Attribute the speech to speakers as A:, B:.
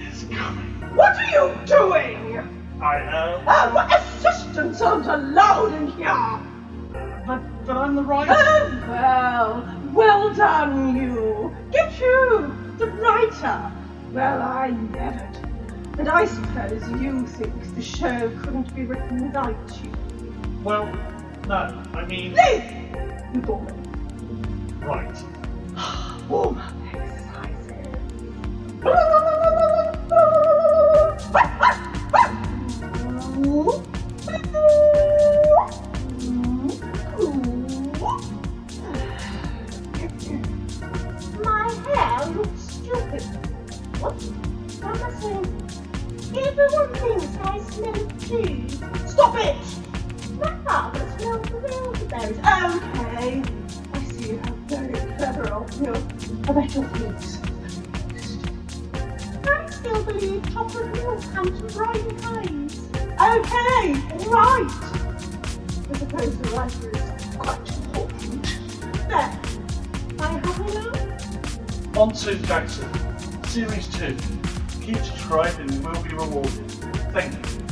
A: is coming.
B: What are you doing? Uh,
A: I am.
B: Our assistants aren't allowed in here.
A: But, but I'm the right.
B: Oh, well, well done, you. Get you, the writer. Well, I never do. And I suppose you think the show couldn't be written without you.
A: Well, no, I mean,
B: Please, you bore me.
A: right.
B: Warm up exercises.
C: My hair looks stupid. What's promising? Everyone thinks I smell tea.
B: Stop it!
C: My father smells the elderberries. Uh,
B: Okay. I see you have very clever of you. About your feet.
C: I still believe chocolate milk comes from bright eyes.
B: Okay, right. I suppose the writer is quite important. There.
C: I have enough.
A: On to Jackson, Series 2. Keep subscribed and you will be rewarded. Thank you.